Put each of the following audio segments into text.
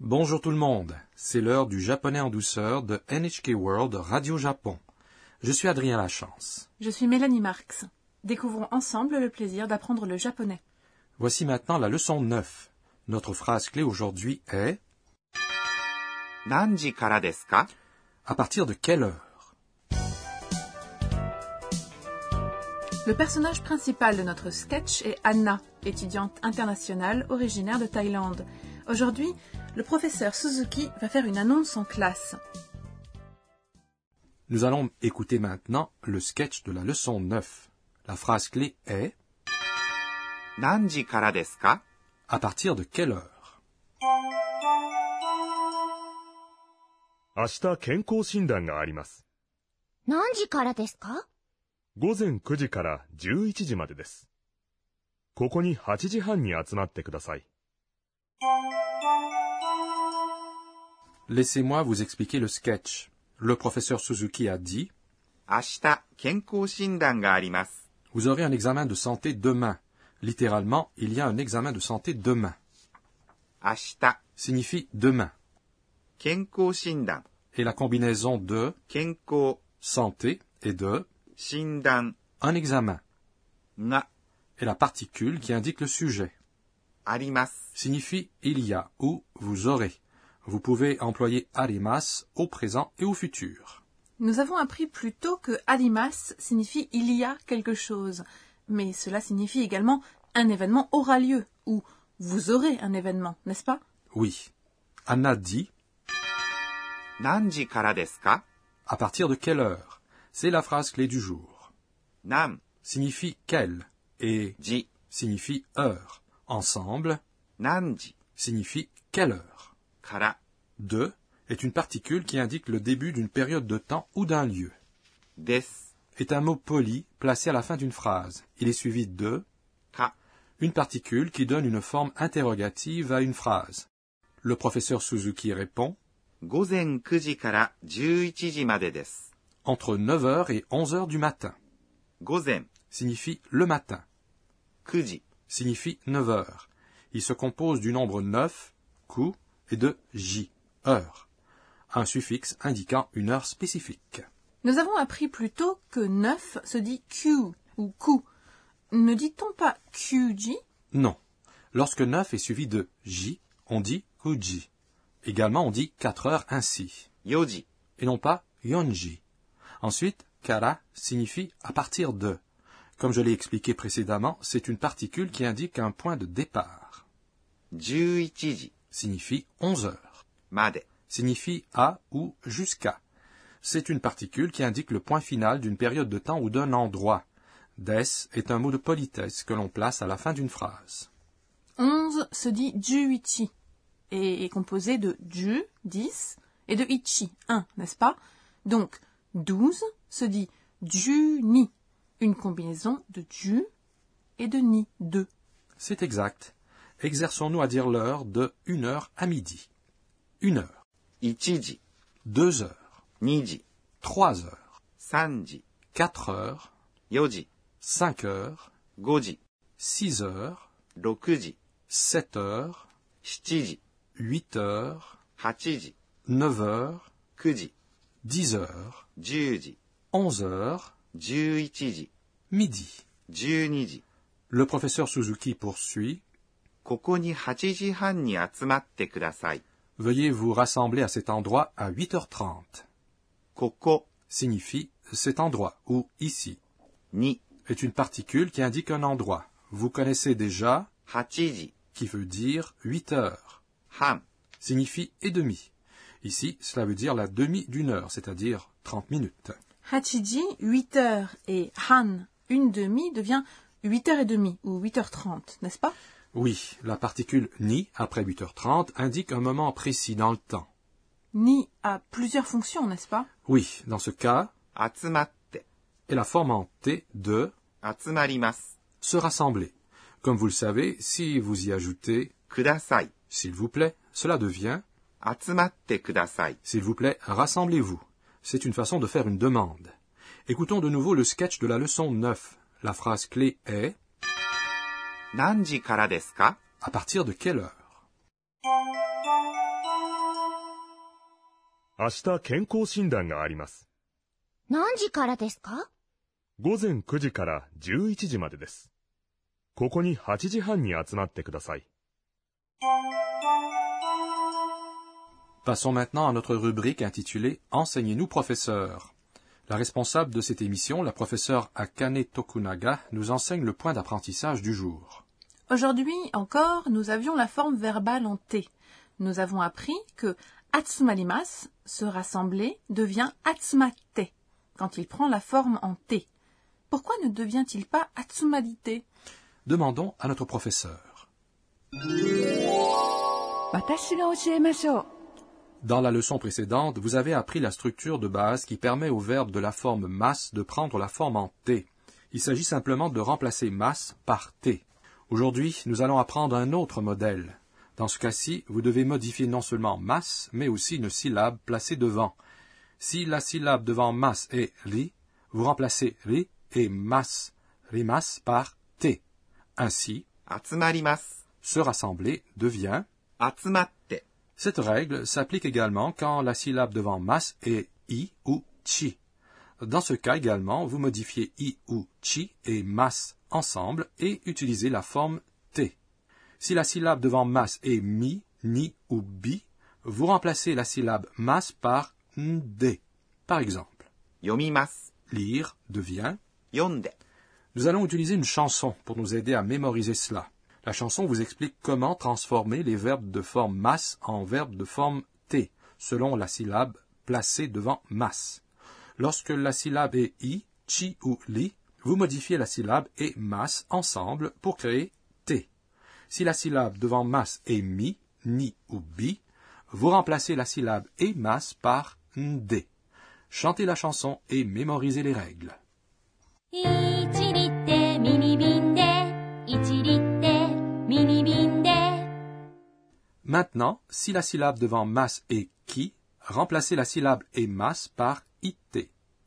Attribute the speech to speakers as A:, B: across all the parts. A: Bonjour tout le monde, c'est l'heure du japonais en douceur de NHK World Radio Japon. Je suis Adrien Lachance.
B: Je suis Mélanie Marx. Découvrons ensemble le plaisir d'apprendre le japonais.
A: Voici maintenant la leçon 9. Notre phrase clé aujourd'hui est
C: 何時からですか
A: à partir de quelle heure
B: Le personnage principal de notre sketch est Anna, étudiante internationale originaire de Thaïlande. Aujourd'hui, le professeur Suzuki va faire une annonce en classe.
A: Nous allons écouter maintenant le sketch de la leçon 9. La phrase clé est
C: 何時からですか
A: à partir de quelle heure
D: 明日健康診断があります。
E: 何時からですか
D: 午前9時から11時までです。ここに8時半に集まってください。
A: Laissez-moi vous expliquer le sketch. Le professeur Suzuki a dit
C: 明日、健康診断があります。
A: Vous aurez un examen de santé demain. Littéralement, il y a un examen de santé demain.
C: 明日、
A: Signifie demain.
C: 健康診断。
A: Et la combinaison de
C: 健康、
A: santé et de
C: 診断
A: un examen
C: が
A: et la particule qui indique le sujet
C: あります。
A: signifie il y a ou vous aurez. Vous pouvez employer arimas au présent et au futur.
B: Nous avons appris plus tôt que alimas signifie il y a quelque chose, mais cela signifie également un événement aura lieu ou vous aurez un événement, n'est-ce pas
A: Oui. Anna dit
C: 何時からですか
A: à partir de quelle heure C'est la phrase clé du jour.
C: 何
A: Signifie quelle et
C: 時、
A: signifie heure. Ensemble
C: 何時
A: signifie quelle heure.
C: から、
A: De est une particule qui indique le début d'une période de temps ou d'un lieu.
C: です、
A: Est un mot poli placé à la fin d'une phrase. Il est suivi de
C: か、
A: une particule qui donne une forme interrogative à une phrase. Le professeur Suzuki répond
C: 午前9時から11時までです。
A: entre 9h et 11h du matin.
C: 午前、
A: Signifie le matin.
C: 9時、
A: Signifie 9h. Il se compose du nombre 9, ku, et de j, heure. Un suffixe indiquant une heure spécifique.
B: Nous avons appris plus tôt que 9 se dit Q ou Ku. Ne dit-on pas QJ
A: Non. Lorsque 9 est suivi de j, on dit kuji. Également, on dit 4 heures ainsi.
C: 4時、
A: et non pas yonji. Ensuite, kara signifie à partir de. Comme je l'ai expliqué précédemment, c'est une particule qui indique un point de départ.
C: 11時
A: Signifie 11 heures.
C: まで。
A: Signifie à ou jusqu'à. C'est une particule qui indique le point final d'une période de temps ou d'un endroit. Des est un mot de politesse que l'on place à la fin d'une phrase.
B: 11 se dit Juichi et est composé de Ju, 10, et de Ichi, 1, n'est-ce pas Donc 12 se dit Ju-ni, une combinaison de Ju et de Ni, 2.
A: C'est exact. Exerçons-nous à dire l'heure de 1 heure à midi. 1 heure,
C: 1時、
A: 2 heures,
C: 2時、
A: 3 heures,
C: 3時、
A: 4 heures,
C: 4時、
A: 5 heures,
C: 5時、
A: 6 heures,
C: 6時、
A: 7 heures,
C: 7時、
A: 8 heures,
C: 8時、
A: 9 heures,
C: 9時、
A: 10 heures,
C: 10時、
A: 11 heures,
C: 11時、
A: midi.
C: 12時。
A: Le professeur Suzuki poursuit.
C: ここに8時半に集まってください。
A: Veuillez vous rassembler à cet endroit à 8h30.
C: ここ
A: Signifie cet endroit ou ici.
C: に
A: Est une particule qui indique un endroit. Vous connaissez déjà,
C: 8時
A: qui veut dire 8 heures.
C: 半
A: Signifie et demi. Ici, cela veut dire la demi d'une heure, c'est-à-dire 30 minutes.
B: Hachiji, 8 heures, et Han, une demi, devient 8 heures et demie, ou 8 heures 30, n'est-ce pas
A: Oui, la particule ni après 8h30 indique un moment précis dans le temps.
B: Ni a plusieurs fonctions, n'est-ce pas
A: Oui, dans ce cas,
C: 集まって
A: est la forme en T de
C: 集まります。
A: se rassembler. Comme vous le savez, si vous y ajoutez
C: ください。
A: s'il vous plaît, cela devient
C: 集まってください。
A: s'il vous plaît, rassemblez-vous. C'est une façon de faire une demande. Écoutons de nouveau le sketch de la leçon 9. La phrase clé est
C: 何時からですか
A: à partir de quelle heure
D: 明日健康診断があります。
E: 何時からですか
D: 午前9時から11時までです。ここに8時半に集まってください。
A: Passons maintenant à notre rubrique intitulée Enseignez-nous, professeur. La responsable de cette émission, la professeure Akane Tokunaga, nous enseigne le point d'apprentissage du jour.
B: Aujourd'hui encore, nous avions la forme verbale en T. Nous avons appris que atsumarimas, se rassembler, devient atsumatte quand il prend la forme en T. Pourquoi ne devient-il pas atsumarite
A: Demandons à notre professeur. Dans la leçon précédente, vous avez appris la structure de base qui permet au verbe de la forme masse de prendre la forme en T. Il s'agit simplement de remplacer masse par T. Aujourd'hui, nous allons apprendre un autre modèle. Dans ce cas-ci, vous devez modifier non seulement masse, mais aussi une syllabe placée devant. Si la syllabe devant masse est ri, vous remplacez ri et masse, rimas par T. Ainsi,
C: 集まります。
A: se rassembler devient
C: 集まって。
A: cette règle s'applique également quand la syllabe devant mas est i ou chi. Dans ce cas également, vous modifiez i ou chi et mas ensemble et utilisez la forme t. Si la syllabe devant mas est mi, ni ou bi, vous remplacez la syllabe mas par nd. Par exemple,
C: 読みます。
A: lire devient
C: 読んで。
A: nous allons utiliser une chanson pour nous aider à mémoriser cela. La chanson vous explique comment transformer les verbes de forme masse en verbes de forme t, selon la syllabe placée devant masse. Lorsque la syllabe est i, chi ou li, vous modifiez la syllabe et masse ensemble pour créer t. Si la syllabe devant masse est mi, ni ou bi, vous remplacez la syllabe et masse par nd. Chantez la chanson et mémorisez les règles.
E: 1リってミニ瓶で、1リってミニ瓶で、
A: Maintenant, si la syllabe devant mas est qui, remplacez la syllabe et mas par it.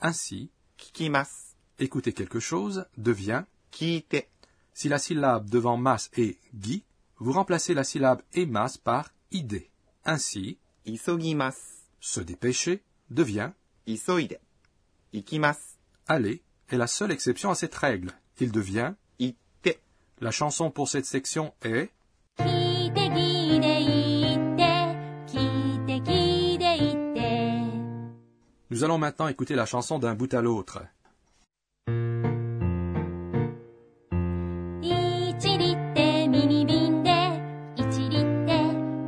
A: Ainsi,
C: 聞きます。
A: écouter quelque chose devient
C: 聞いて。
A: si la syllabe devant mas est gui, vous remplacez la syllabe et mas par id. Ainsi,
C: 急ぎます。
A: se dépêcher devient
C: 急いで。行きます。
A: aller est la seule exception à cette règle. Il devient
C: 行って。
A: la chanson pour cette section est
E: 聞いて聞いて言って、聞いて聞いて言って。
A: Nous allons maintenant écouter la chanson d'un bout à l'autre.
E: 1リってミニ瓶で1リって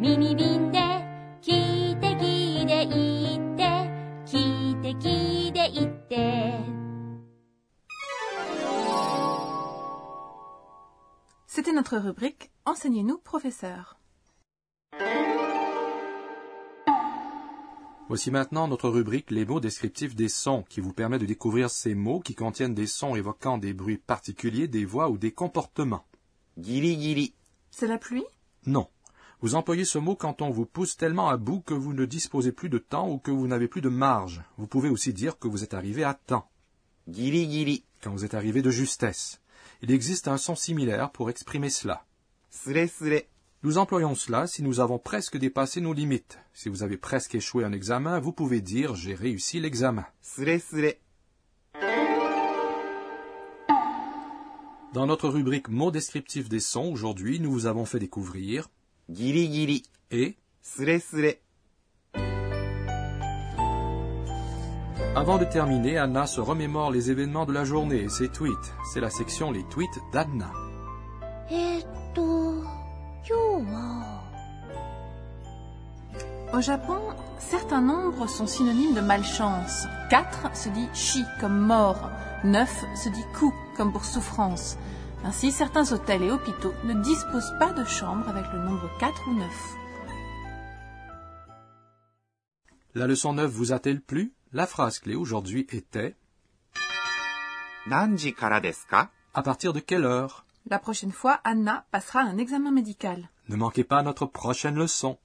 E: ミニ瓶で聞いて聞いて言って聞いて聞いて言って
B: C'était notre rubrique Enseignez-nous, professeur.
A: Voici maintenant notre rubrique Les mots descriptifs des sons, qui vous permet de découvrir ces mots qui contiennent des sons évoquant des bruits particuliers, des voix ou des comportements.
C: ギリギリ。
B: C'est la pluie
A: Non. Vous employez ce mot quand on vous pousse tellement à bout que vous ne disposez plus de temps ou que vous n'avez plus de marge. Vous pouvez aussi dire que vous êtes arrivé à temps,
C: ギリギリ。
A: quand vous êtes arrivé de justesse. Il existe un son similaire pour exprimer cela.
C: すれすれ。
A: Nous employons cela si nous avons presque dépassé nos limites. Si vous avez presque échoué un examen, vous pouvez dire j'ai réussi l'examen.
C: すれすれ。
A: Dans notre rubrique mots descriptifs des sons, aujourd'hui, nous vous avons fait découvrir
C: ギリギリ。
A: et,
C: すれすれ。
A: avant de terminer, Anna se remémore les événements de la journée et ses tweets. C'est la section les tweets d'Anna.
E: えーっと今日は
B: Au Japon, certains nombres sont synonymes de malchance. 4 se dit chi comme mort, 9 se dit coup comme pour souffrance. Ainsi, certains hôtels et hôpitaux ne disposent pas de chambres avec le nombre 4 ou 9.
A: La leçon 9 vous a-t-elle plu? La phrase clé aujourd'hui était
C: 何時からですか
A: à partir de quelle heure?
B: La prochaine fois, Anna passera un examen médical.
A: Ne manquez pas notre prochaine leçon.